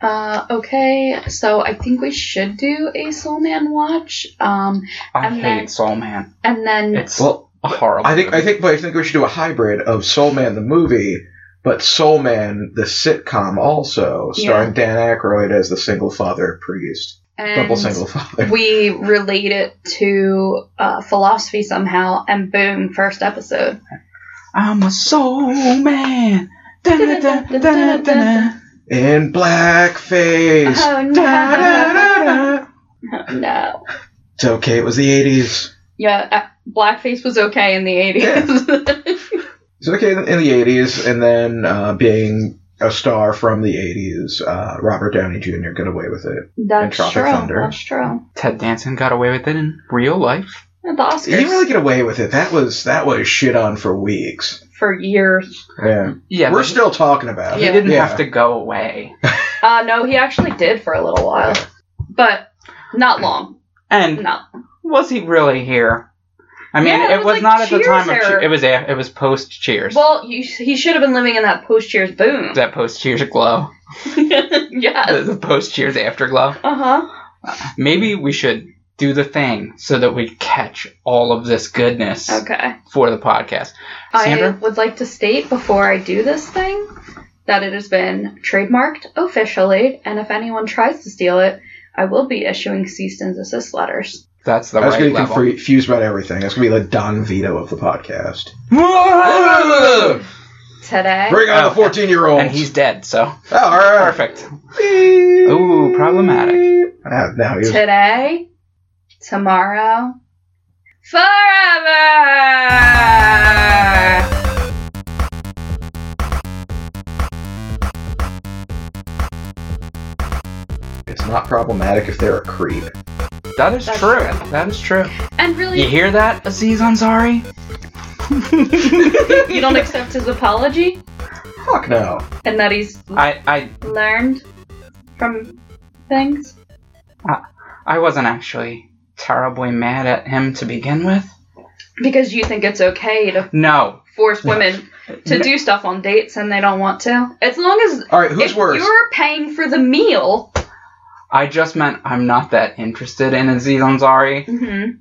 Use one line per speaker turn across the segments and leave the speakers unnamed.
Uh, okay, so I think we should do a Soul Man watch. Um,
I
And
hate
then- Mm.
Soul Man.
and then
It's
Well,
horrible.
I think I think but I think we should do a hybrid of Soul Man the movie, but Soul Man the sitcom also, starring Dan Aykroyd as the single father priest,
and
double single father.
we relate it to uh, philosophy somehow, and boom, first episode.
I'm a Soul Man.
Dun-dun-dun-dun-dun-dun.
In blackface.
Oh no!
Da-da-da-da.
Oh, no.
It's okay. It was the '80s.
Yeah, uh, blackface was okay in the eighties.
It's okay in the '80s, and then uh, being a star from the '80s, uh, Robert Downey Jr. got away with it.
That's
Tropic
true.
Thunder.
That's true.
Ted Danson got away with it in real life.
And the Oscars
He didn't really get away with it. That was that was shit on for weeks.
for years.
Yeah,
Yeah,
we're
but
still talking about
he
it.
Yeah.
didn't
Yeah.
have to go away.
Uh, no, he actually did for a little while, but not long.
And
Not.
was he really here? I mean,
Yeah, it
it,
was
was,
like
not at the
Cheers
time of
era.
Che- it was a, it was post Cheers.
Well, you, he should have been living in that post years boom.
that post Cheers glow, the,
yes.
the post Cheers afterglow.
Uh huh.
Maybe we should do the thing so that we catch all of this goodness
Okay.
for the podcast.
I
Sandra,
would like to state before I do this thing that it has been trademarked officially, and if anyone tries to steal it, I will be issuing cease and desist letters.
that's the
I was
right
getting
level.
confused about everything. That's gonna be the Don Vito of the podcast.
Whoa!
Today,
Bring on the fourteen-year-old.
Oh, and he's dead, so
oh, all right.
perfect.
Ooh,
Ooh, problematic.
Ah, now he was
today, tomorrow, forever!
It's not problematic if they're a creep.
That is
That's
true.
true.
That is true.
And really,
You hear that, Aziz Ansari?
you don't accept his apology
Fuck no.
and that he's
I, I
learned from things?
I wasn't actually terribly mad at him to begin with.
Because you think it's okay to
No.
force women to
N-
do stuff on dates and they don't want to. As long as
All right, who's
if
worse?
you're paying for the meal,
I just meant I'm not that interested in Aziz Ansari,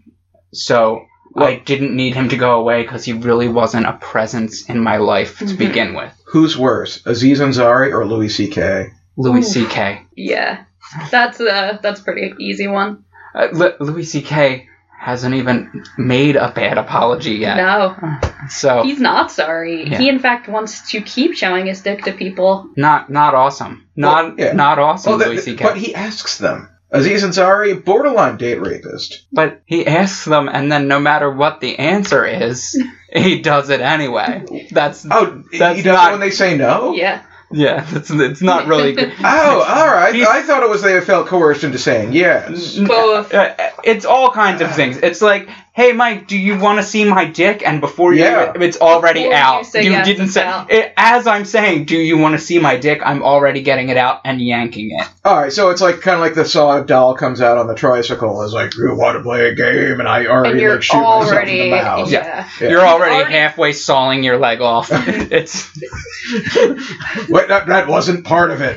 so I didn't need him to go away because he really wasn't a presence in my life to
Mhm.
begin with.
Who's worse, Aziz Ansari or Louis C.K.?
Louis
Ooh.
C.K.
yeah, that's a that's a pretty easy one.
Uh, Lu- Louis C.K. hasn't even made a bad apology yet.
No,
So
he's not sorry.
Yeah.
He in fact wants to keep showing his dick to people.
not not awesome. Not
Well, yeah.
not awesome,
Oh, that-
Louis C.K.
but he asks them. Aziz Ansari, borderline date rapist.
But he asks them, and then no matter what the answer is, he does it anyway. That's
Oh,
That's
he does
not-
it when they say no.
Yeah,
yeah. It's it's not really. good.
Oh, all right.
He's-
I thought it was they felt coerced into saying yes.
both.
Uh, It's all kinds of things. It's like, hey, Mike, do you want to see my dick? And before you,
Yeah.
it's already
Before you
out.
say yes,
didn't
it's
say.
out.
It, as I'm saying, do you want to see my dick? I'm already getting it out and yanking it.
All right, so it's like kind of like the Saw doll comes out on the tricycle. Is like, you want to play a game, and I already
And you're
like shoot
already
myself in the mouth.
yeah.
Yeah.
You're already,
Already-
halfway sawing your leg off. it's
Wait, that, that wasn't part of it.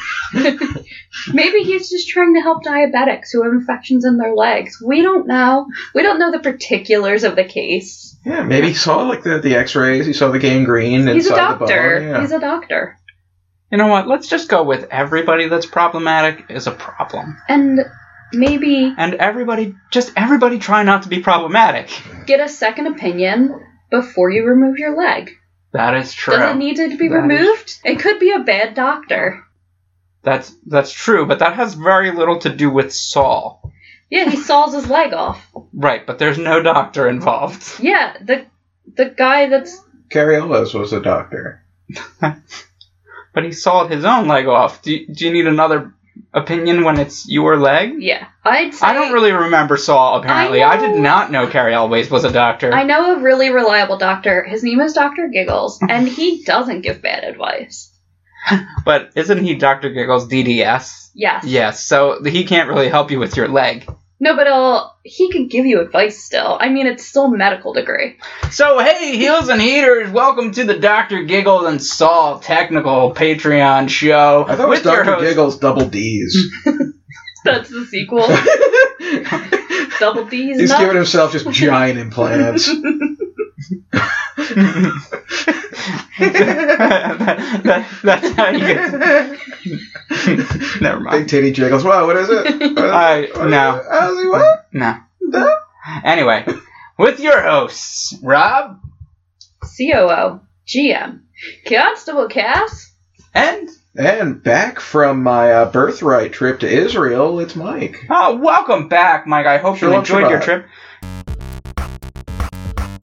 Maybe he's just trying to help diabetics who have infections in their legs. We don't know. We don't know the particulars of the case.
Yeah, maybe he saw like the, the X-rays. He saw the gangrene
He's a
inside
doctor.
the bone. Yeah.
He's a doctor.
you know what? Let's just go with everybody that's problematic is a problem,
And maybe
and everybody just everybody try not to be problematic.
get a second opinion before you remove your leg.
That is true.
Does it need to be
That is-
removed? It could be a bad doctor.
that's that's true, but that has very little to do with Saul.
Yeah, he saws his leg off.
Right, but there's no doctor involved.
Yeah, the the guy that's
Carrie Ellis was a doctor.
But he sawed his own leg off. Do you, do you need another opinion when it's your leg?
yeah. I'd say
I don't really remember Saul, apparently.
I
I,
know-
did not know Carrie Always was a doctor.
I know a really reliable doctor. His name is Dr. Giggles, and he doesn't give bad advice.
but isn't he Dr. Giggles' DDS?
Yes.
Yes, so he can't really help you with your leg.
No, but it'll, he could give you advice still. I mean, it's still medical degree.
So hey, heels and heaters, welcome to the Doctor Giggles and Saul technical Patreon show
I thought it was
with your
Dr.
host.
Giggles double D's.
That's the sequel. Double D's.
He's
nuts.
giving himself just giant implants.
That- that- that's how you get. Never
Big
mind.
titty jiggles. Wow, what is it? What is
I
it? What is
no
it? I was like, what?
no.
No?
Anyway, with your hosts, Rob
COO, GM, Constable Cass.
and
And back from my uh, birthright trip to Israel, it's Mike.
oh, welcome back, Mike. I hope you
Shalom
enjoyed your
Shabbat.
trip.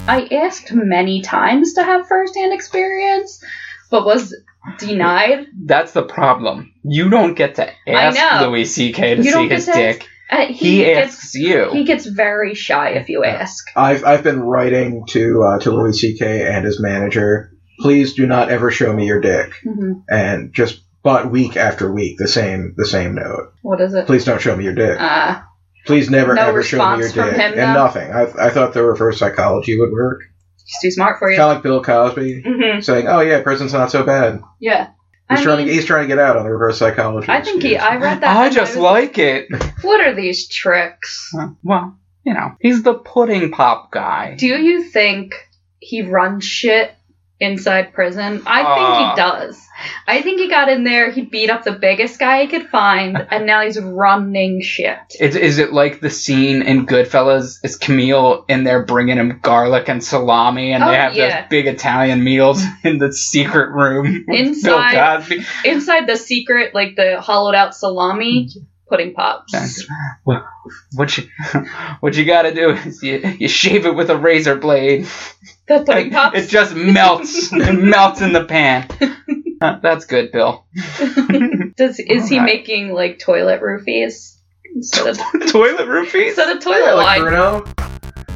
I asked many times to have firsthand experience, but was denied.
That's the problem. You don't get to
know.
ask Louis C.K. to
You don't
see
get
his
to ask-
dick.
Uh, he,
He,
gets
asks you.
he gets very shy if you ask.
I've I've been writing to uh, to Louis C.K. and his manager. Please do not ever show me your dick.
Mhm.
And just but week after week, the same the same note.
What is it?
Please don't show me your dick.
Uh,
Please never
No
ever show me your
response from
dick.
him,
and
though?
nothing. I, I thought the reverse psychology would work.
he's too smart for you.
Kind of like Bill Cosby
hmm
saying, "Oh yeah, prison's not so bad."
Yeah.
He's
I
trying to
mean-
he's trying to get out on the reverse psychology.
I think he.
excuse.
I read that.
I
and
just
was
like it.
What are these tricks?
Huh, Well, you know, he's the pudding pop guy.
Do you think he runs shit inside prison? I think
Ah.
he does. I think he got in there, he beat up the biggest guy he could find, and now he's running shit.
Is, is it like the scene in Goodfellas? Is Camille in there bringing him garlic and salami, and
Oh,
they have
yeah.
those big Italian meals in the secret room with
Inside-
Bill Cosby?
Inside the secret, like the hollowed out salami, pudding pops.
Thanks. What, what you what you gotta do is you, you shave it with a razor blade.
The pudding
It-
pops.
It just melts. it melts in the pan. Uh, that's good, Bill.
Does is he
Alright.
making like toilet roofies? Instead of,
Toilet roofies.
instead of
Yeah,
toilet
like
wine.
Bruno.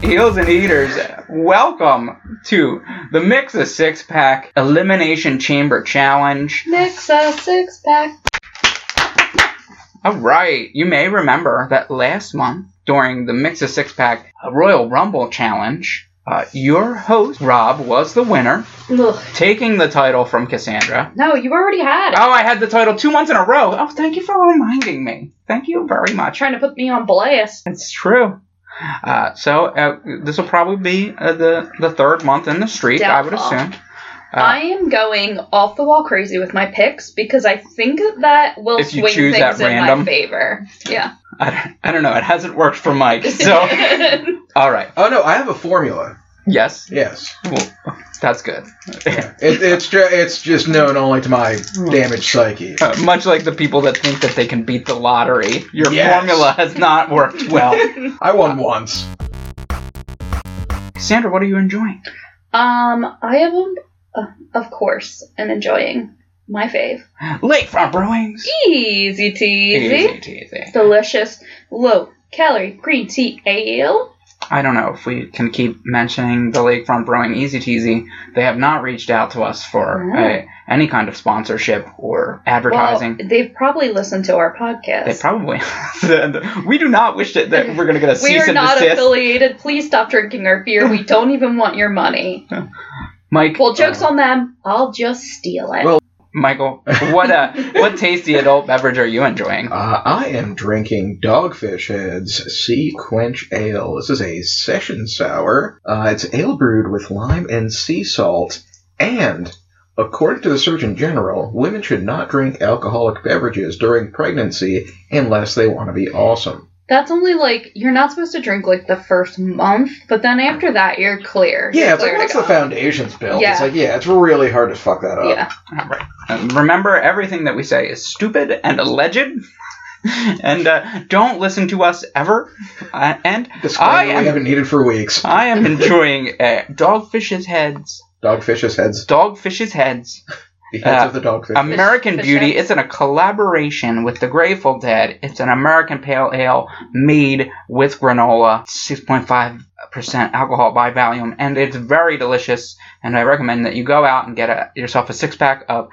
Heels and Eaters, welcome to the Mix a Six Pack Elimination Chamber Challenge.
Mix a six pack.
All right, you may remember that last month during the Mix a Six Pack Royal Rumble Challenge, uh, your host Rob was the winner,
Ugh.
taking the title from Cassandra.
No, you already had it.
Oh, I had the title two months in a row. Oh, thank you for reminding me. Thank you very much.
Trying to put me on blast.
It's true. Uh, so uh, this will probably be uh, the the third month in the streak, I would
Doubtful.
assume. Uh,
I am going off the wall crazy with my picks because I think that will
If you
swing
choose
things
at
in my
random.
favor. Yeah.
I don't, I don't know. It hasn't worked for Mike. So, all right.
Oh no, I have a formula.
Yes.
Yes,
Well, that's good.
it, it's ju- it's just known only to my damaged psyche.
Uh, much like the people that think that they can beat the lottery, your
Yes.
formula has not worked well.
I won once.
Sandra, what are you enjoying?
um, I am, uh, of course, am enjoying my fave.
Lakefront Brewings.
Easy teasy.
Easy, teasy.
Delicious, low calorie green tea ale.
I don't know if we can keep mentioning the Lakefront Brewing Easy Teasy. They have not reached out to us for
Mm.
uh, any kind of sponsorship or advertising.
Well, they've probably listened to our podcast.
they probably. we do not wish that, that we're going to get a
we
cease
are
and
not
desist.
affiliated. Please stop drinking our beer. We don't even want your money.
Mike.
Well, jokes
uh,
on them. I'll just steal it.
Well-
Michael, what uh, what tasty adult beverage are you enjoying?
Uh, I am drinking Dogfish Head's Sea Quench Ale. This is a session sour. Uh, it's ale brewed with lime and sea salt. And, according to the Surgeon General, women should not drink alcoholic beverages during pregnancy unless they want to be awesome.
That's only like you're not supposed to drink like the first month, but then after that you're clear.
Yeah,
You're
it's like
clear
once
to
the
go.
foundation's built,
Yeah.
it's like, yeah, it's really hard to fuck that up.
Yeah,
All right. Um, remember, everything that we say is stupid and alleged. And uh, don't listen to us ever. Uh, and
Disclaimer
I am-
we haven't needed for weeks.
I am enjoying uh, Dogfish's Heads,
Dogfish's Heads,
Dogfish's Heads,
the heads
Uh,
of the dogfish.
American
Fish
Beauty.
Heads.
It's in a collaboration with the Grateful Dead. It's an American Pale Ale made with granola, 6.5% alcohol by volume, and it's very delicious. And I recommend that you go out and get a, yourself a six pack of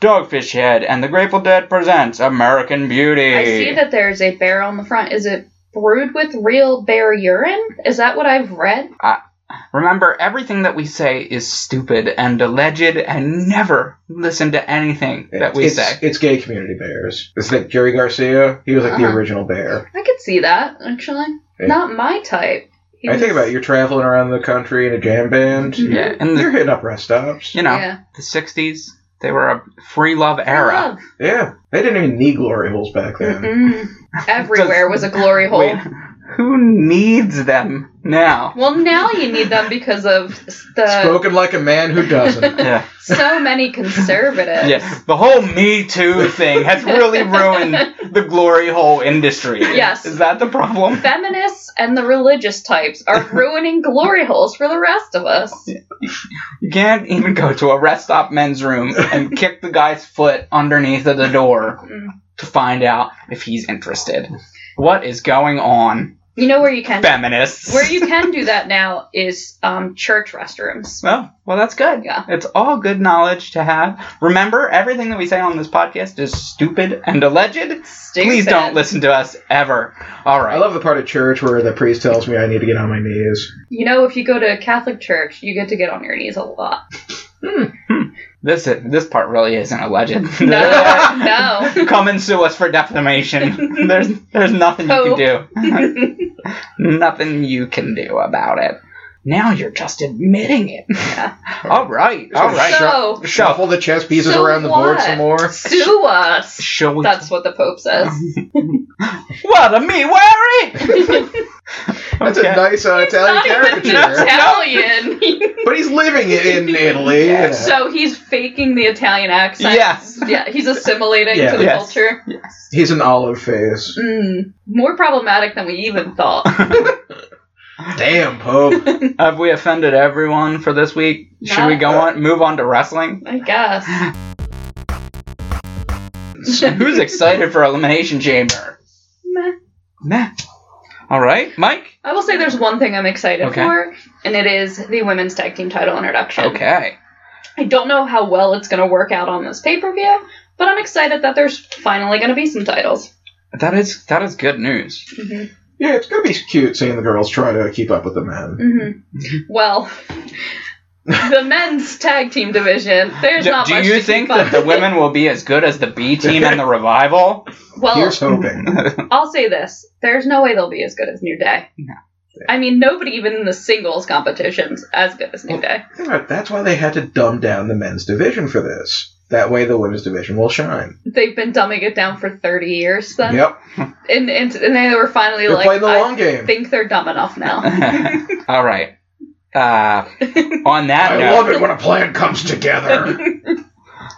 Dogfish Head. And the Grateful Dead presents American Beauty.
I see that there's a barrel on the front. Is it brewed with real bear urine? Is that what I've read?
Remember, everything that we say is stupid and alleged, and never listen to anything that we
it's,
say.
It's gay community bears. It's like Jerry Garcia. He was like the
Uh-huh.
original bear.
I could see that, actually.
Yeah.
Not my type. He
I think
was-
about it, you're traveling around the country in a jam band.
Mhm.
Yeah, and
You're
the,
hitting up rest stops.
you know
Yeah.
the '60s, they were a free love
I
era.
love-
Yeah, they didn't even need glory holes back then.
Mm-hmm. Mm-mm. Everywhere was a glory hole.
Wait, who needs them now?
Well, now you need them because of s- the
Spoken like a man who doesn't.
Yeah,
so many conservatives.
yeah. The whole Me Too thing has really ruined the glory hole industry.
Yes.
is that the problem?
Feminists and the religious types are ruining glory holes for the rest of us.
You can't even go to a rest stop men's room and kick the guy's foot underneath of the door
Mm.
to find out if he's interested. What is going on,
You know where you can
feminists?
where you can do that now is um, church restrooms.
Well, Oh, well, that's good.
Yeah.
It's all good knowledge to have. Remember, everything that we say on this podcast is stupid and alleged.
Stupid.
Please don't listen to us ever. All
I
Oh.
right.
love the part of church where the priest tells me I need to get on my knees.
You know, if you go to a Catholic church, you get to get on your knees a lot.
This is, this part really isn't alleged.
No,
Come and sue us for defamation. There's there's nothing you can do. nothing you can do about it. Now you're just admitting it.
Yeah.
All right. All right.
So-
shuffle the chess pieces
So
around the board
what?
some more.
sue us.
Shall we?
That's what the Pope says.
what a me worry.
That's a nice uh, Italian
Not even
caricature.
Italian.
But he's living it in Italy.
Yeah.
so he's faking the Italian accent.
Yes.
Yeah, he's assimilating
Yeah.
to the
Yes.
culture.
Yes.
He's an olive face.
Mm, more problematic than we even thought. Mm-hmm.
Damn, Pope.
Have we offended everyone for this week? Should we go on move on to wrestling?
I guess.
Who's excited for Elimination Chamber?
Meh.
Meh. All right, Mike.
I will say there's one thing I'm excited
Okay.
for, and it is the women's tag team title introduction.
Okay.
I don't know how well it's going to work out on this pay per view, but I'm excited that there's finally going to be some titles.
That is that is good news.
hmm
Yeah, it's gonna be cute seeing the girls try to keep up with the men.
hmm Well, the men's tag team division, there's
Do,
not
do
much
you
to
think
keep
that
up
the women will be as good as the B team and the revival?
Well,
Here's hoping.
I'll say this: there's no way they'll be as good as New Day.
No.
I mean, nobody even in the singles competitions as good as New Day.
Yeah, That's why they had to dumb down the men's division for this. That way, the women's division will shine.
They've been dumbing it down for 30 years, then,
Yep,
and, and and they were finally
they're
like,
playing the
I
long game.
think they're dumb enough now.
All right. Uh, on that
I
note,
love it when a plan comes together.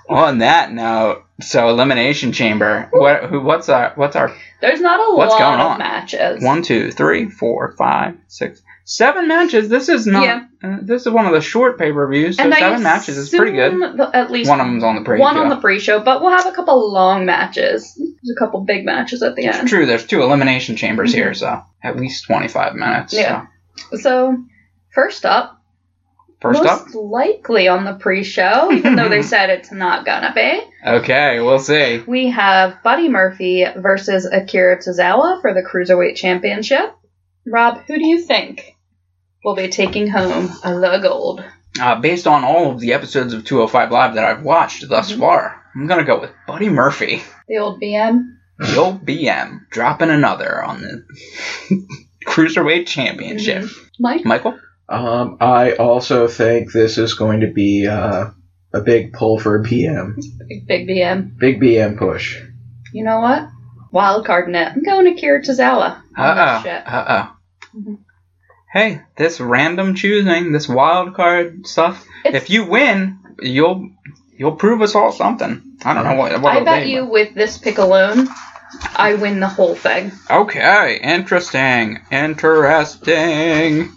on that note, so elimination chamber. What who, what's our what's our
There's not a
What's
lot
going
of
on?
matches.
one two three four five six seven matches? This is not.
Yeah.
Uh, this is one of the short pay per views. So
and I
seven matches is pretty good.
assume the- at least
One of them's on the pre.
one on the pre-show, but we'll have a couple long matches. There's a couple big matches at the
It's
end.
true. There's two elimination chambers here, so at least 25 minutes.
Mm-hmm. Yeah.
Yeah.
So, first up,
First up.
most likely on the pre-show, even though they said it's not gonna be.
Okay, we'll see.
We have Buddy Murphy versus Akira Tozawa for the Cruiserweight Championship. Rob, who do you think will be taking home the gold?
Uh, based on all of the episodes of 205 Live that I've watched thus
Mhm.
far, I'm gonna go with Buddy Murphy.
The old BM?
The old BM dropping another on the cruiserweight championship.
Mike?
Michael.
um, I also think this is going to be uh, a big pull for BM,
Big, big BM.
big BM push.
You know what? Wild card net. I'm going Akira Tozawa.
Uh
on this
oh.
shit.
Uh oh.
Mhm.
Hey, this random choosing, this wild card stuff.
It's-
if you win, you'll you'll prove us all something. I don't know what. what
I
it'll
bet
be,
you with this pick alone, I win the whole thing.
Okay, interesting. Interesting.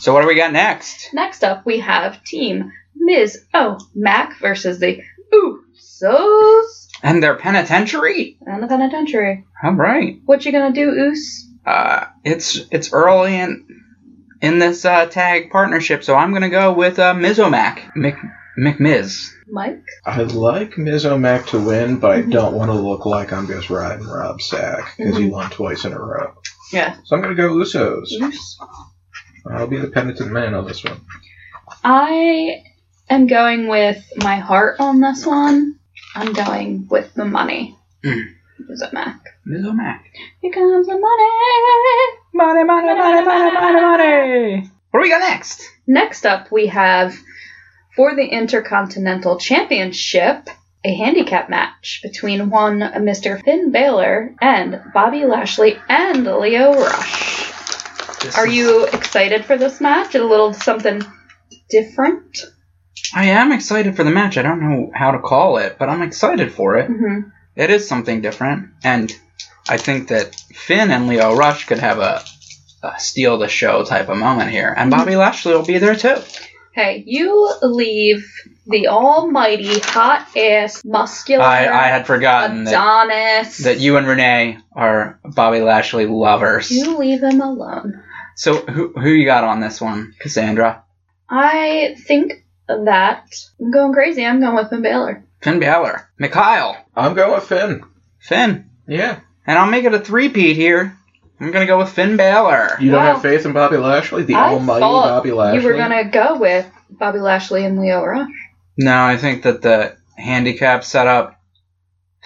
So what do we got next?
Next up, we have Team Ms. O. Mac versus the Usos
And their penitentiary.
and the Penitentiary.
All right.
What you gonna do, Oos?
Uh, it's it's early in in this uh, tag partnership, so I'm gonna go with uh, Mizomac. Mc, McMiz.
Mike?
I like Ms. O'Mac to win, but I
Mm-hmm.
don't want to look like I'm just riding Rob Sack because he won twice in a row.
Yeah.
So I'm going to go Usos.
Yes.
I'll be the penitent man on this one.
I am going with my heart on this one. I'm going with the money.
Mm.
Is it Mac?
Ms. O'Mac.
Here comes the money.
Money, money, money, money, money, money. What do we got next?
Next up, we have for the Intercontinental Championship a handicap match between one Mr. Finn Balor and Bobby Lashley and Leo Rush.
This
Are
is-
you excited for this match? A little something different?
I am excited for the match. I don't know how to call it, but I'm excited for it.
hmm
It is something different, and I think that Finn and Leo Rush could have a, a steal the show type of moment here, and Bobby Lashley will be there too.
Hey, you leave the almighty hot ass muscular
I, I had forgotten that,
Adonis.
that you and Renee are Bobby Lashley lovers.
you leave him alone.
So who who you got on this one, Cassandra?
I think that I'm going crazy. I'm going with Finn Balor.
Finn Balor, Mikhail,
I'm going with Finn.
Finn,
Yeah.
and I'll make it a three-peat here. I'm gonna go with Finn Balor.
You
Wow.
don't have faith in Bobby Lashley? The
I
almighty
thought
Bobby Lashley?
You were gonna go with Bobby Lashley and Leo Rush.
No, I think that the handicap setup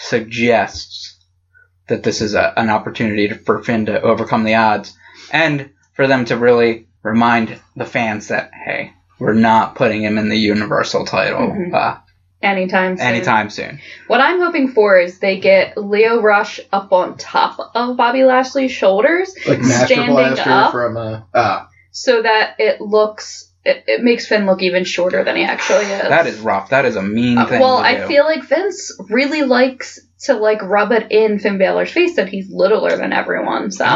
suggests that this is a, an opportunity to, for Finn to overcome the odds and for them to really remind the fans that, hey, we're not putting him in the Universal title
Mhm.
uh,
Anytime soon.
anytime soon.
What I'm hoping for is they get Leo Rush up on top of Bobby Lashley's shoulders
Like Master
standing
Blaster
up.
from. Uh, ah,
so that it looks it, it makes Finn look even shorter than he actually is.
That is rough. That is a mean
Uh,
thing.
well,
to
I
do.
feel like Vince really likes to like rub it in Finn Balor's face that he's littler than everyone. So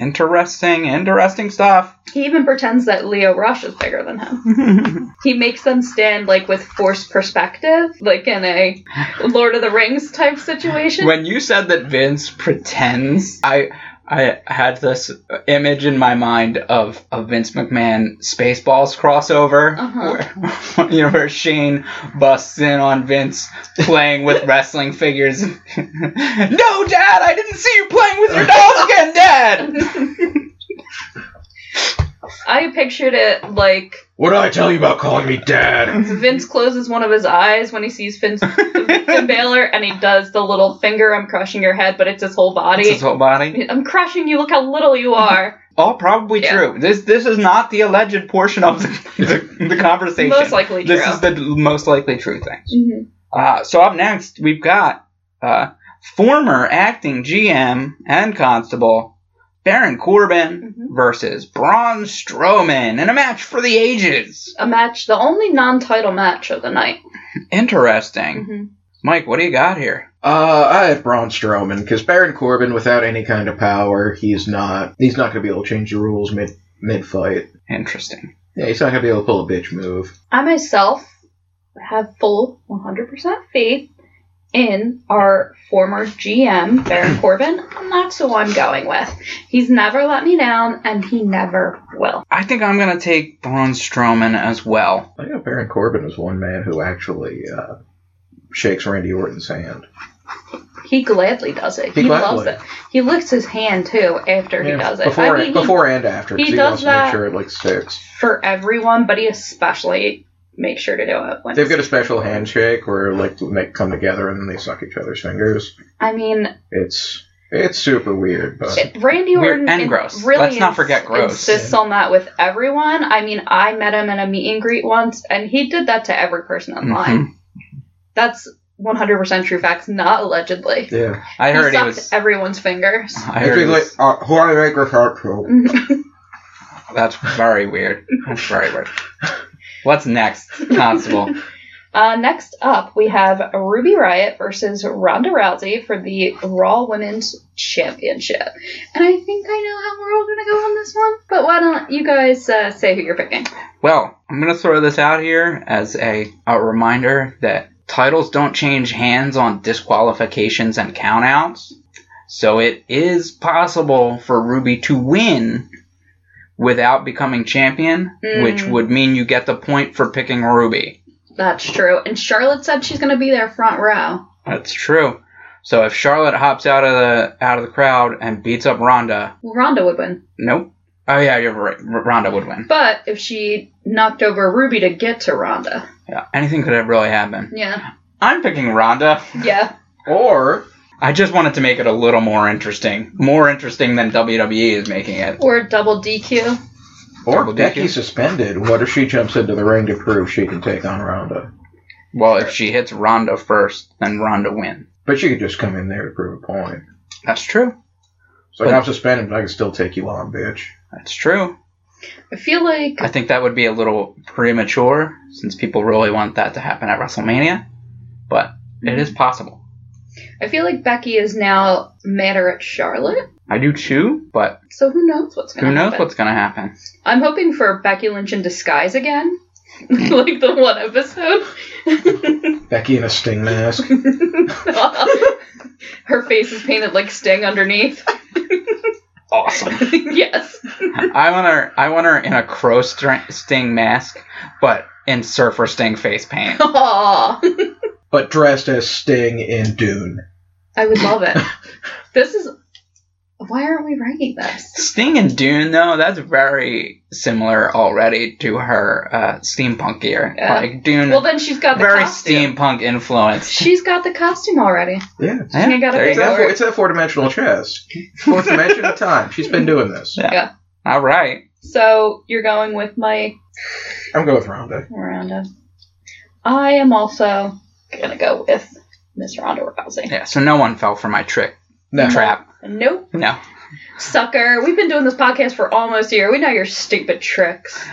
interesting, interesting stuff.
he even pretends that Leo Rush is bigger than him. he makes them stand like with forced perspective, like in a Lord of the Rings type situation.
when you said that Vince pretends, I I had this image in my mind of a Vince McMahon Spaceballs crossover,
Uh-huh.
where you know where Shane busts in on Vince playing with wrestling figures. no, Dad, I didn't see you playing with your dolls again, Dad.
I pictured it like
what did I tell you about calling me dad?
Vince closes one of his eyes when he sees Finn, Finn Balor, and he does the little finger, I'm crushing your head, but it's his whole
That's
body.
his whole body.
I'm crushing you, look how little you are.
All probably
Yeah.
true. This this is not the alleged portion of the, the, the conversation.
Most likely true.
this is the most likely true thing.
Mhm.
Uh, so up next, we've got uh, former acting GM and constable Baron Corbin
Mhm.
versus Braun Strowman in a match for the ages.
A match, the only non title match of the night.
Interesting.
hmm
Mike, what do you got here?
Uh, I have Braun Strowman because Baron Corbin, without any kind of power, he's not he's not going to be able to change the rules mid mid fight.
Interesting.
Yeah, he's not going to be able to pull a bitch move.
I myself have full 100% faith in our former GM, Baron Corbin, and that's who I'm going with. He's never let me down, and he never will.
I think I'm gonna take Braun Strowman as well.
I know Baron Corbin is one man who actually uh, shakes Randy Orton's hand.
He gladly does it. He,
He
loves
gladly.
it. He licks his hand too after he
Yeah,
does it.
Before,
I mean,
and,
he-
before and after,
he
because he,
does
wants to
that-
make sure it like sticks.
for everyone, but he especially makes sure to do it when.
They've got a special handshake where like when they come together and then they suck each other's fingers.
I mean,
It's it's super weird, but
it- Randy
Weird
Orton
and
in-
gross.
really
Let's not
ins-
forget gross.
insists on that with everyone. I mean, I met him in a meet and greet once, and he did that to every person online.
Mhm.
That's 100% true facts, not allegedly.
yeah.
I heard
he
it
sucked
was. Uh-huh.
everyone's fingers.
I heard it
It's like,
was-
uh, who I make with heart cold.
that's very weird. That's very weird. What's next, Constable?
Uh, next up, we have Ruby Riot versus Ronda Rousey for the Raw Women's Championship. And I think I know how we're all going to go on this one, but why don't you guys uh, say who you're picking?
Well, I'm going to throw this out here as a, a reminder that titles don't change hands on disqualifications and countouts. So it is possible for Ruby to win without becoming champion,
Mm.
which would mean you get the point for picking Ruby.
That's true. And Charlotte said she's going to be there front row.
That's true. So if Charlotte hops out of the out of the crowd and beats up Ronda,
Well, Ronda would win.
nope. Oh yeah, you're right. R- Ronda would win.
But if she knocked over Ruby to get to Ronda.
Yeah, anything could have really happened.
Yeah.
I'm picking Ronda.
Yeah.
Or
I just wanted to make it a little more interesting, more interesting than WWE is making it.
Or a double DQ.
or
Double DQ.
Becky suspended. What if she jumps into the ring to prove she can take on Ronda?
Well, if she hits Ronda first, then Ronda wins.
But she could just come in there to prove a point.
That's true.
It's like
But-
I'm suspended, but I can still take you on, bitch.
That's true.
I feel like
I think that would be a little premature since people really want that to happen at WrestleMania, but it is possible.
I feel like Becky is now madder at Charlotte.
I do too, but
So who knows what's going to
who
happen?
knows what's going to happen?
I'm hoping for Becky Lynch in disguise again, like the one episode.
Becky in a sting mask.
Her face is painted like Sting underneath.
Awesome.
yes.
I want her. I want her in a crow str- sting mask, but in surfer sting face paint.
Aw.
but dressed as Sting in Dune.
I would love it. This is. Why aren't we writing this?
Sting and Dune, though, that's very similar already to her uh, steampunk gear.
Yeah.
Like Dune,
Well, then she's got the
very
costume.
steampunk influence.
She's got the costume already.
Yeah.
Yeah,
got a
there you
big
It's that,
go.
four, it's that four-dimensional chest. Fourth dimension of time. She's been doing this.
All right.
So you're going with Mike
I'm going with Rhonda.
Miranda. I am also gonna go with Miss Ronda Rousey.
Yeah. So no one fell for my trick
No.
trap.
Nope.
No.
Sucker, we've been doing this podcast for almost a year. We know your stupid tricks.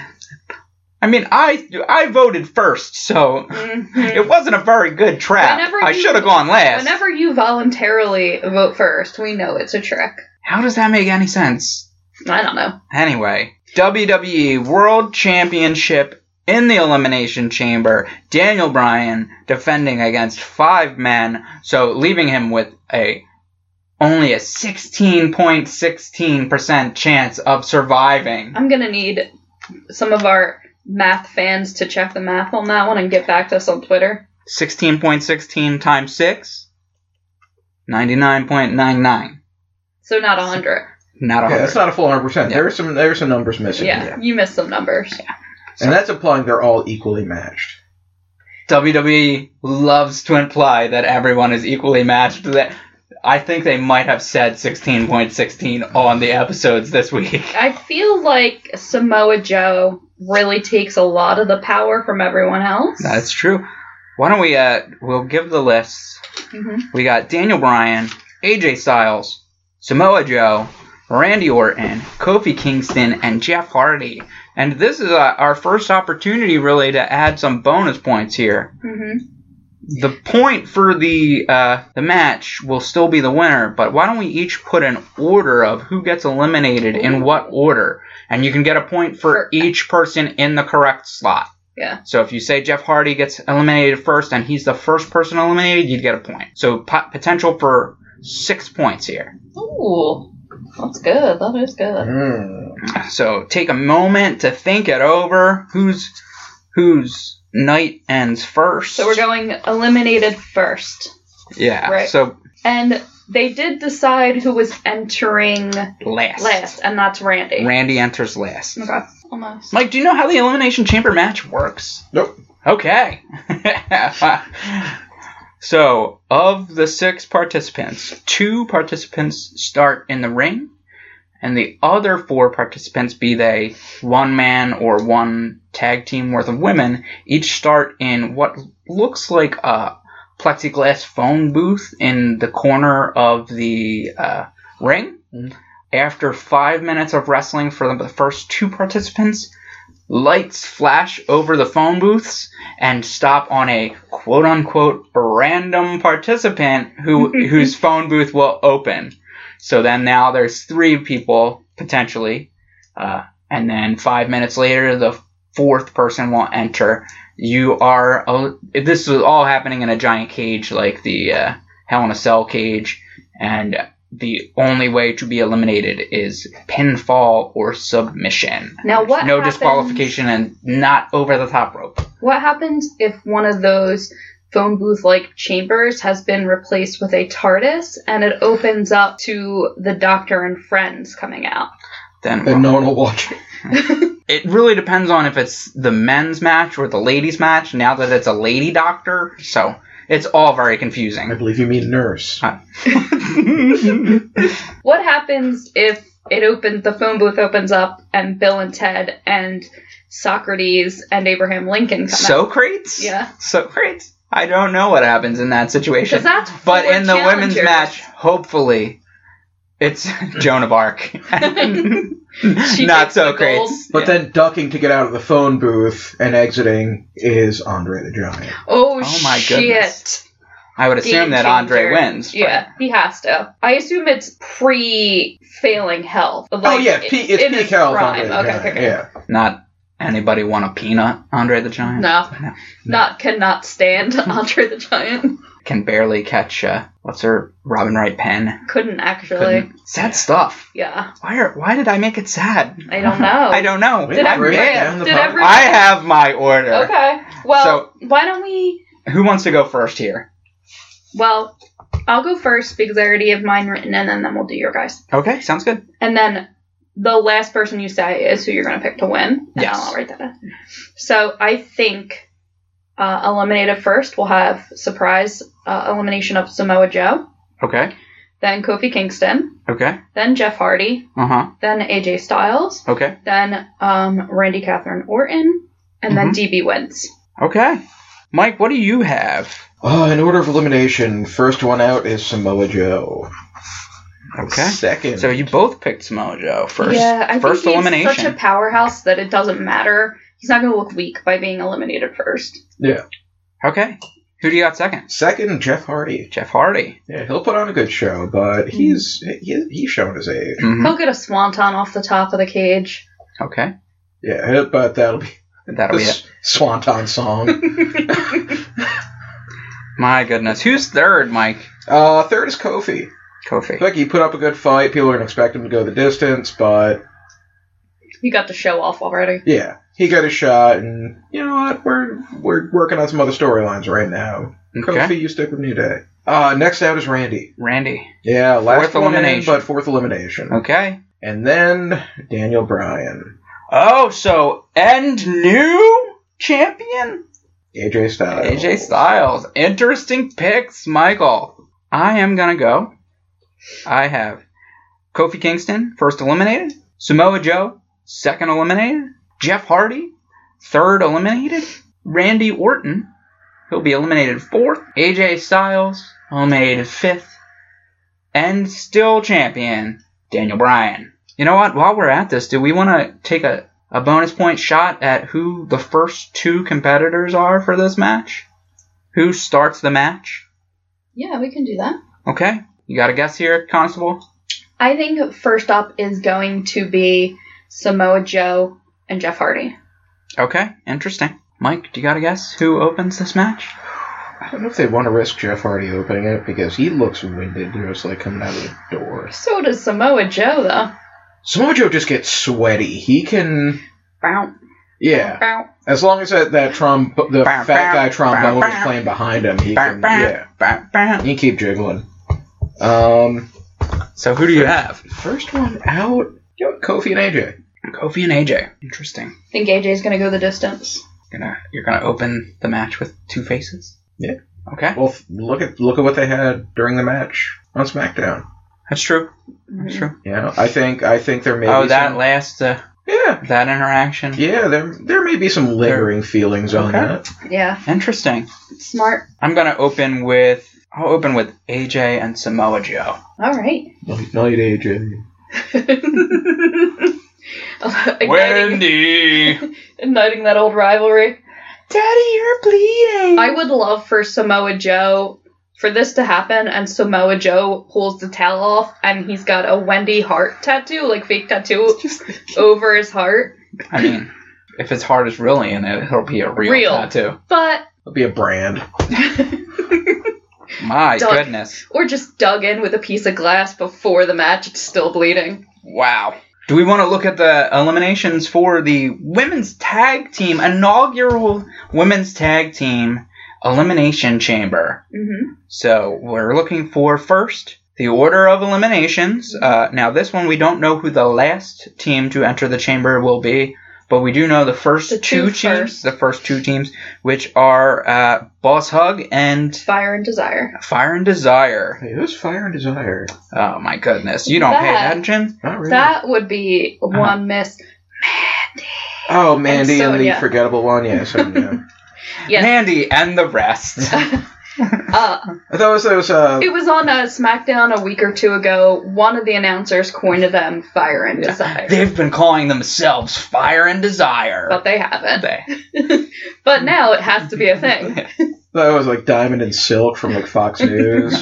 I mean, I I voted first, so
Mhm.
it wasn't a very good trap.
Whenever
I
you-
should have gone last.
Whenever you voluntarily vote first, we know it's a trick.
How does that make any sense?
I don't know.
Anyway, WWE World Championship in the Elimination Chamber. Daniel Bryan defending against five men, so leaving him with a only a 16.16% chance of surviving.
I'm gonna need some of our math fans to check the math on that one and get back to us on Twitter.
16.16 times 6? 99.99.
So not a hundred.
Not a
Yeah, that's
hundred.
not a full 100%.
Yeah.
There's some there's some numbers missing.
Yeah,
Yeah.
you missed some numbers.
And that's implying they're all equally matched.
WWE E loves to imply that everyone is equally matched. That I think they might have said 16.16 on the episodes this week.
I feel like Samoa Joe really takes a lot of the power from everyone else.
That's true. Why don't we uh we'll give the lists.
Mhm.
We got Daniel Bryan, AJ Styles, Samoa Joe, Randy Orton, Kofi Kingston, and Jeff Hardy. And this is uh, our first opportunity really to add some bonus points here.
Mhm.
the point for the uh, the match will still be the winner, but why don't we each put an order of who gets eliminated in what order? And you can get a point for
For-
each person in the correct slot.
Yeah.
So if you say Jeff Hardy gets eliminated first and he's the first person eliminated, you'd get a point. So pot- potential for six points here.
Ooh, that's good. That is good.
Mm.
So take a moment to think it over. Who's whose night ends first?
So we're going eliminated first.
Yeah.
right.
So
And they did decide who was entering last, and that's Randy.
Randy enters last.
okay. Almost.
Mike, do you know how the Elimination Chamber match works?
Nope.
Okay. so, of the six participants, two participants start in the ring, and the other four participants, be they one man or one tag team worth of women, each start in what looks like a plexiglass phone booth in the corner of the uh, ring.
Mhm.
After five minutes of wrestling for the first two participants, lights flash over the phone booths and stop on a quote unquote random participant who whose phone booth will open. So then now there's three people potentially, uh, and then five minutes later the fourth person will enter. You are el- this is all happening in a giant cage like the uh, Hell in a Cell cage, and the only way to be eliminated is pinfall or submission
Now what?
no
happens-
disqualification and not over the top rope.
What happens if one of those phone booth like chambers has been replaced with a TARDIS and it opens up to the Doctor and friends coming out?
Then
and no one will watch it.
it really depends on if it's the men's match or the ladies' match. Now that it's a lady doctor, so it's all very
I
confusing.
believe you mean nurse.
What happens if it opens the phone booth opens up and Bill and Ted and Socrates and Abraham Lincoln come out?
Socrates.
Yeah.
Socrates. I don't know what happens in that situation.
Because that's
But
four
in the women's
challengers.
match, hopefully, it's Joan of Arc.
She
Not
takes the
Socrates.
But
Yeah.
then ducking to get out of the phone booth and exiting is Andre the Giant.
Oh,
Oh my
shit.
goodness. I would assume
Game
that Andre
changer.
wins. but-
Yeah, he has to. I assume it's pre failing health.
oh yeah, P- it's
in
P.
his
Carroll.
prime.
Andre the
Okay,
Giant.
okay, okay.
Yeah.
Not anybody want a peanut, Andre the Giant?
No, not cannot stand Andre the Giant.
Can barely catch, uh, what's her, Robin Wright pen.
Couldn't actually.
Couldn't- Sad stuff.
Yeah,
Why, are, why did I make it sad?
I don't know.
I don't know.
Wait,
Did
why
I
were you
read-
down the
did
pub-
I read-
I have my order.
Okay. Well, why don't we?
Who wants to go first here?
Well, I'll go first because I already have mine written, in, and then we'll do your guys.
Okay, sounds good.
And then the last person you say is who you're going to pick to win. And
Yes.
I'll write that down. So I think uh, eliminated first, we'll have surprise uh, elimination of Samoa Joe,
Okay,
then Kofi Kingston,
okay,
then Jeff Hardy,
uh huh,
then AJ Styles,
okay,
then um, Randy Catherine Orton, and then
Mhm.
DB wins.
okay. Mike, what do you have?
Uh, in order of elimination, first one out is Samoa Joe.
Okay.
Second.
So you both picked Samoa Joe first.
yeah, I
first
think he's
elimination.
such a powerhouse that it doesn't matter. He's not going to look weak by being eliminated first.
Okay. Who do you got second?
Second, Jeff Hardy.
Jeff Hardy.
Yeah, he'll put on a good show,
Hmm.
but he's he, he's shown his age.
Mhm.
He'll get a swanton off the top of the cage.
Okay.
Yeah, but that'll be
That'll
the
be it.
S- Swanton song.
My goodness. Who's third, Mike?
uh, third is Kofi.
Kofi.
Like he put up a good fight. People are gonna expect him to go the distance, but
You got the show off already.
yeah, he got a shot, and you know what? We're we're working on some other storylines right now.
Okay.
Kofi, you stick with New Day. Uh, next out is Randy.
Randy.
Yeah, last
Fourth
one in,
elimination.
but fourth elimination.
Okay.
And then Daniel Bryan,
Oh, so and new champion
AJ Styles.
AJ Styles. Interesting picks, Michael. I am gonna go. I have Kofi Kingston first eliminated, Samoa Joe second eliminated, Jeff Hardy third eliminated, Randy Orton he'll be eliminated fourth, AJ Styles eliminated fifth, and still champion Daniel Bryan. You know what? While we're at this, do we want to take a, a bonus point shot at who the first two competitors are for this match? Who starts the match?
Yeah, we can do that.
Okay, you got a guess here, Constable?
I think first up is going to be Samoa Joe and Jeff Hardy.
Okay, interesting. Mike, do you got a guess who opens this match?
I don't know if they want to risk Jeff Hardy opening it because he looks winded, just like coming out of the door.
So does Samoa Joe though.
Samoa Joe just gets sweaty. He can,
Bow,
yeah.
bow.
As long as that that trom
Bow,
the fat
bow,
guy trombone
bow,
is
bow.
playing behind him, he
Bah,
can,
bah,
yeah,
bah, bah.
he can keep jiggling. Um,
So who do you have?
first one out, you know, Kofi and AJ.
Kofi and AJ. Interesting.
Think AJ's gonna go the distance.
Gonna you're gonna open the match with two faces.
Yeah.
Okay,
Well, f- look at look at what they had during the match on SmackDown.
that's true.
Mm-hmm.
That's true.
You know, I think I think there may
oh,
be
that
some,
last uh,
yeah
that interaction.
yeah there there may be some lingering feelings on
Okay.
that.
Yeah,
Interesting.
smart.
I'm gonna open with I'll open with AJ and Samoa Joe.
All right.
Night, night, AJ.
igniting,
Wendy,
igniting that old rivalry.
Daddy, you're bleeding.
I would love for Samoa Joe for this to happen and Samoa Joe pulls the towel off and he's got a Wendy heart tattoo, like fake tattoo over his heart.
I mean, if his heart is really in it, it'll be a real,
Real.
tattoo.
But
It'll be a brand.
My
Done.
goodness.
or just dug in with a piece of glass before the match, it's still bleeding.
Wow. Do we want to look at the eliminations for the women's tag team, inaugural women's tag team elimination chamber?
Mm-hmm.
So we're looking for first the order of eliminations. Uh, now, this one we don't know who the last team to enter the chamber will be, but we do know the first
The two
two, teams,
first.
the first two teams, which are uh, Boss Hug and
Fire and Desire.
Fire and Desire.
Hey, who's Fire and Desire?
Oh my goodness, you don't
That-
pay attention.
Not really.
That would be one miss.
oh, Mandy and, the
Sonya.
forgettable one. Yeah, Sonya.
Yes.
Mandy and the rest.
Uh,
I thought it was those. Uh,
It was on a SmackDown a week or two ago. One of the announcers coined them Fire and Desire,
They've been calling themselves Fire and Desire.
but they haven't.
They-
But now it has to be a thing.
that was like Diamond and Silk from like Fox News.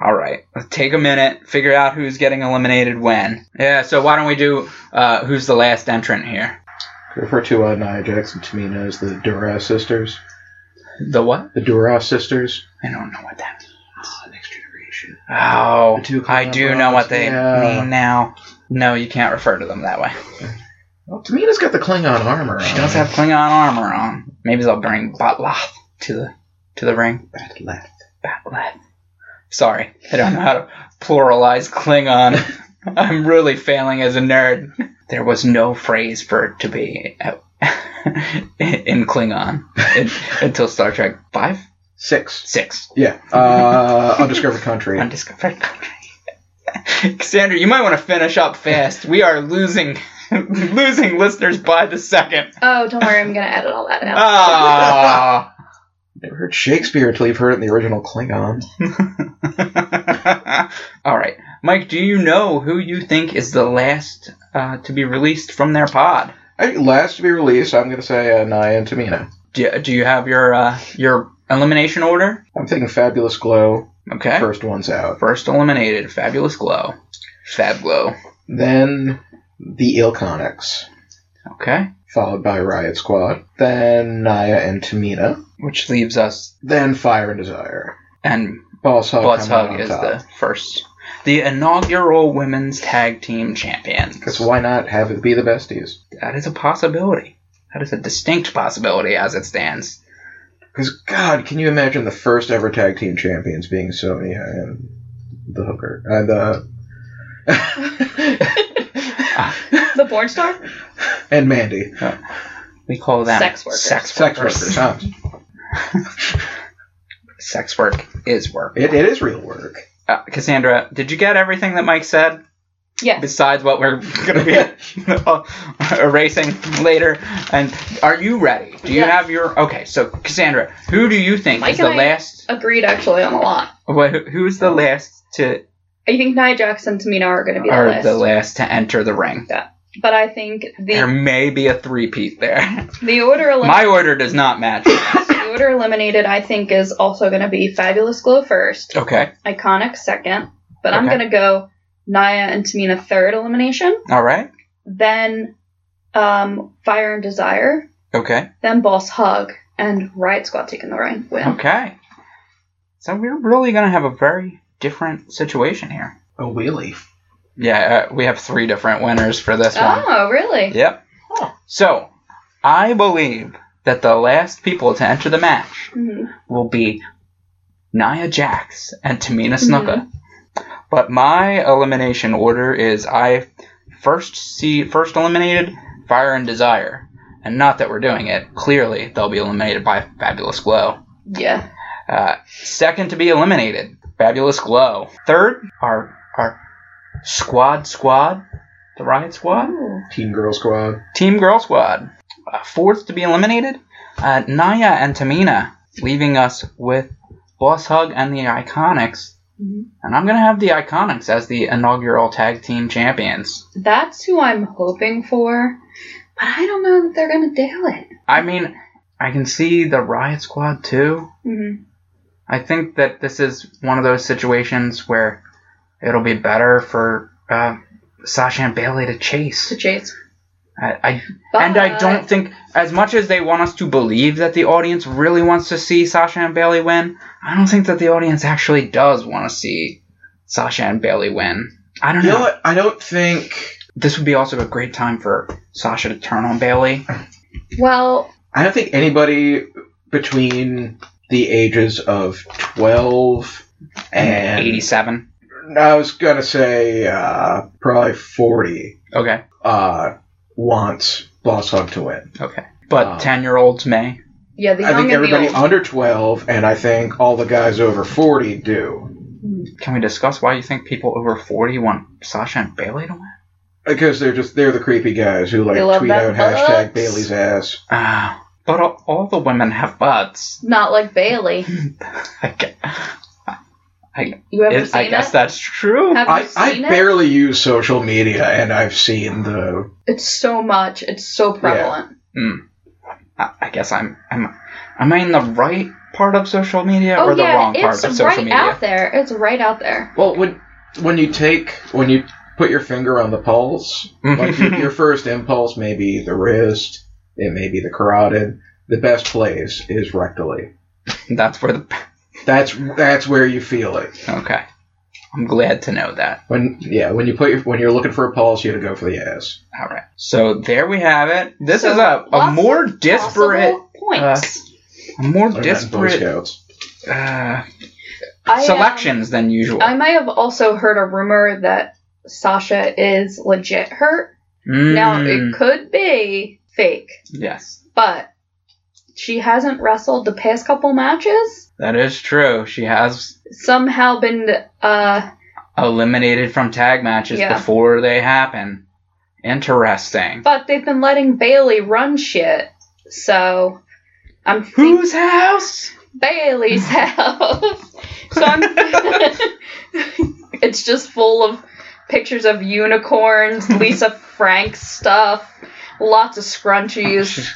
All right, let's take a minute, figure out who's getting eliminated when. Yeah, so why don't we do uh, who's the last entrant here?
Refer to uh, Nia Jackson to me as the Duras sisters.
The what?
The Duras sisters.
I don't know what that means.
the next generation.
Oh,
The two
I do know what they
Yeah.
mean now. No, you can't refer to them that way.
Well, Tamina's got the Klingon armor.
She
on.
does have Klingon armor on. Maybe they'll bring Batlath to the to the ring.
Bad left.
Batlath. Sorry, I don't know how to pluralize Klingon. I'm really failing as a nerd. There was no phrase for it to be out- in Klingon in- until Star Trek Five,
Six.
Six,
Yeah. Uh, undiscovered country.
Undiscovered Country. Cassandra, you might want to finish up fast. We are losing losing listeners by the second.
Oh, don't worry, I'm gonna edit all that out.
Ah.
Never heard Shakespeare until you've heard it in the original Klingon.
All right, Mike. Do you know who you think is the last uh, to be released from their pod?
I think last to be released, I'm going to say uh, Nia and Tamina.
Do, do you have your uh, your elimination order?
I'm thinking Fabulous Glow,
Okay.
first one's out.
First eliminated, Fabulous Glow. Fab Glow.
Then the Ilconics,
Okay.
followed by Riot Squad. Then Nia and Tamina.
Which leaves us,
Then Fire and Desire.
and
Boss Hog
Buzz Hug
coming out Oh, on
is
top.
the first. The inaugural women's tag team champions.
Because why not have it be the besties?
That is a possibility. That is a distinct possibility as it stands.
Because, God, can you imagine the first ever tag team champions being Sonya and the hooker? Uh, the.
The porn star?
and Mandy.
We call them
Sex workers.
Sex
Sex
workers.
workers. Huh?
Sex work is work.
It, it is real work.
Uh, Cassandra, did you get everything that Mike said?
Yes.
besides what we're going to be erasing later. And are you ready? Do you
Yes.
have your okay? So Cassandra, who do you think
Mike
is the
and I-
last?
Agreed, actually, on a lot.
wha- Who's the last to
I think Nia Jackson and Tamina are gonna be
are
the last.
the last to enter the ring?
but I think
There
the
may be a three-peat there.
the order elim-
My order does not match.
the order eliminated I think is also gonna be Fabulous Glow first,
Okay.
Iconic second, but I'm
Okay.
gonna go Nia and Tamina third elimination.
All right.
then um, Fire and Desire,
Okay.
then Boss Hug, and Riot Squad taking the ring win.
Okay. So we're really going to have a very different situation here.
A wheelie.
Yeah, uh, we have three different winners for this one.
Oh, really?
Yep.
Huh.
So, I believe that the last people to enter the match
Mhm.
will be Nia Jax and Tamina Snuka. But my elimination order is I first see first eliminated Fire and Desire. And not that we're doing it. Clearly, they'll be eliminated by Fabulous Glow.
Yeah.
Uh, second to be eliminated, Fabulous Glow. Third, our our squad squad, the Riot Squad.
Ooh.
Teen Girl Squad.
Team Girl Squad. Uh, fourth to be eliminated, uh, Naya and Tamina, leaving us with Boss Hug and the Iconics.
Mhm.
And I'm going to have the Iconics as the inaugural tag team champions.
That's who I'm hoping for, but I don't know that they're going to do it.
I mean, I can see the Riot Squad too.
Mhm.
I think that this is one of those situations where it'll be better for uh, Sasha and Bailey to chase.
To chase.
I, I
But
And I don't think, as much as they want us to believe that the audience really wants to see Sasha and Bailey win, I don't think that the audience actually does want to see Sasha and Bailey win. I don't
You know
know.
what? I don't think
This would be also a great time for Sasha to turn on Bailey.
Well,
I don't think anybody between the ages of 12
And
and
87.
I was gonna say uh, probably 40
Okay.
uh, wants Boss Hog to win.
Okay. But
Uh,
10 year olds may.
yeah, the
I
young
think
and the
everybody
old.
under 12 and I think all the guys over 40 do
Can we discuss why you think people over 40 want Sasha and Bailey to win?
because they're just they're the creepy guys who like
They love
tweet
that
out
butts.
hashtag Bailey's ass.
Ah. but all, all the women have butts.
Not like Bailey.
I guess,
You ever seen
I guess
it?
that's true.
Have you
I,
seen
I
it?
barely use social media and I've seen the
It's so much. It's so prevalent.
I, I guess I'm, I'm. Am I in the right part of social media
Oh
or the
yeah,
wrong part of
it's
social
right
media?
out there. It's right out there.
well when when you take when you put your finger on the pulse like your, your first impulse may be the wrist, it may be the carotid. The best place is rectally.
That's where the
That's that's where you feel it.
okay. I'm glad to know that.
When yeah, when you put your, when you're looking for a pulse, you have to go for the ass.
All right. So there we have it. This
So
is a, a
lots
more
of
disparate,
Possible points.
a more
Learn that in Boy
disparate
Scouts.
I,
uh,
um,
selections than usual.
I might have also heard a rumor that Sasha is legit hurt. Now
Mm,
it could be fake,
yes,
but she hasn't wrestled the past couple matches.
that is true. She has
Somehow been uh
eliminated from tag matches
Yeah.
before they happen. Interesting.
but they've been letting Bailey run shit. So I'm thinking
Whose house?
Bailey's house. So I'm It's just full of pictures of unicorns, Lisa Frank stuff, lots of
Oh,
scrunchies.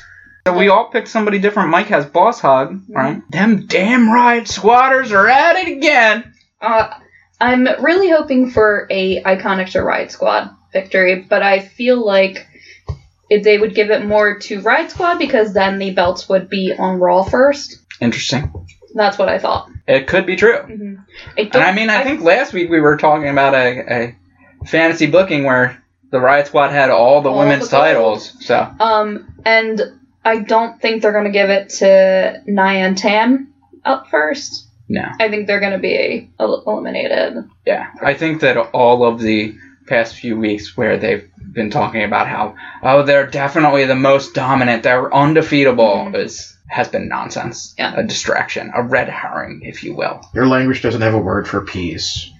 So we all picked somebody different. Mike has boss hug, right? Mm-hmm. Them damn right squatters are at it again.
Uh, I'm really hoping for a iconic to Riot Squad victory, but I feel like if they would give it more to Riot Squad because then the belts would be on Raw first.
Interesting.
That's what I thought.
It could be true.
hmm I don't,
And I mean, I think last week we were talking about a, a fantasy booking where the Riot Squad had all the
All
women's
the gold.
titles. So
Um, and I don't think they're going to give it to Nia and Tam up first.
no,
I think they're going to be el- eliminated.
yeah, I think that all of the past few weeks where they've been talking about how oh they're definitely the most dominant, they're undefeatable is has been nonsense,
Yeah.
a distraction, a red herring, if you will.
Your language doesn't have a word for peace.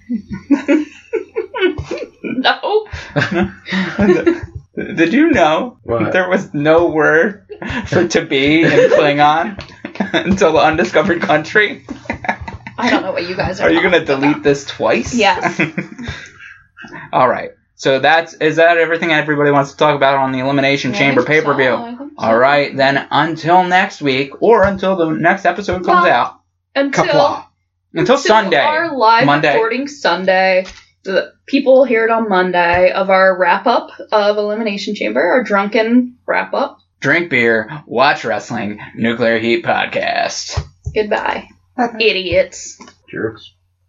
No.
Did you know
What?
there was no word for to be in Klingon until Undiscovered Country?
I don't know what you guys are.
Are you
talking
gonna delete
about.
this twice?
Yes.
All right. So that's is that everything everybody wants to talk about on the Elimination
Yeah, I
Chamber
think
pay
so.
per view?
I think so.
All right. Then until next week, or until the next episode comes
Well,
out,
Until
Kapla.
until
until
Sunday.
Our live
Monday.
recording Sunday. The people hear it on Monday of our wrap up of Elimination Chamber, our drunken wrap up.
Drink beer, watch wrestling, Nuclear Heat podcast.
Goodbye, idiots.
Jerks.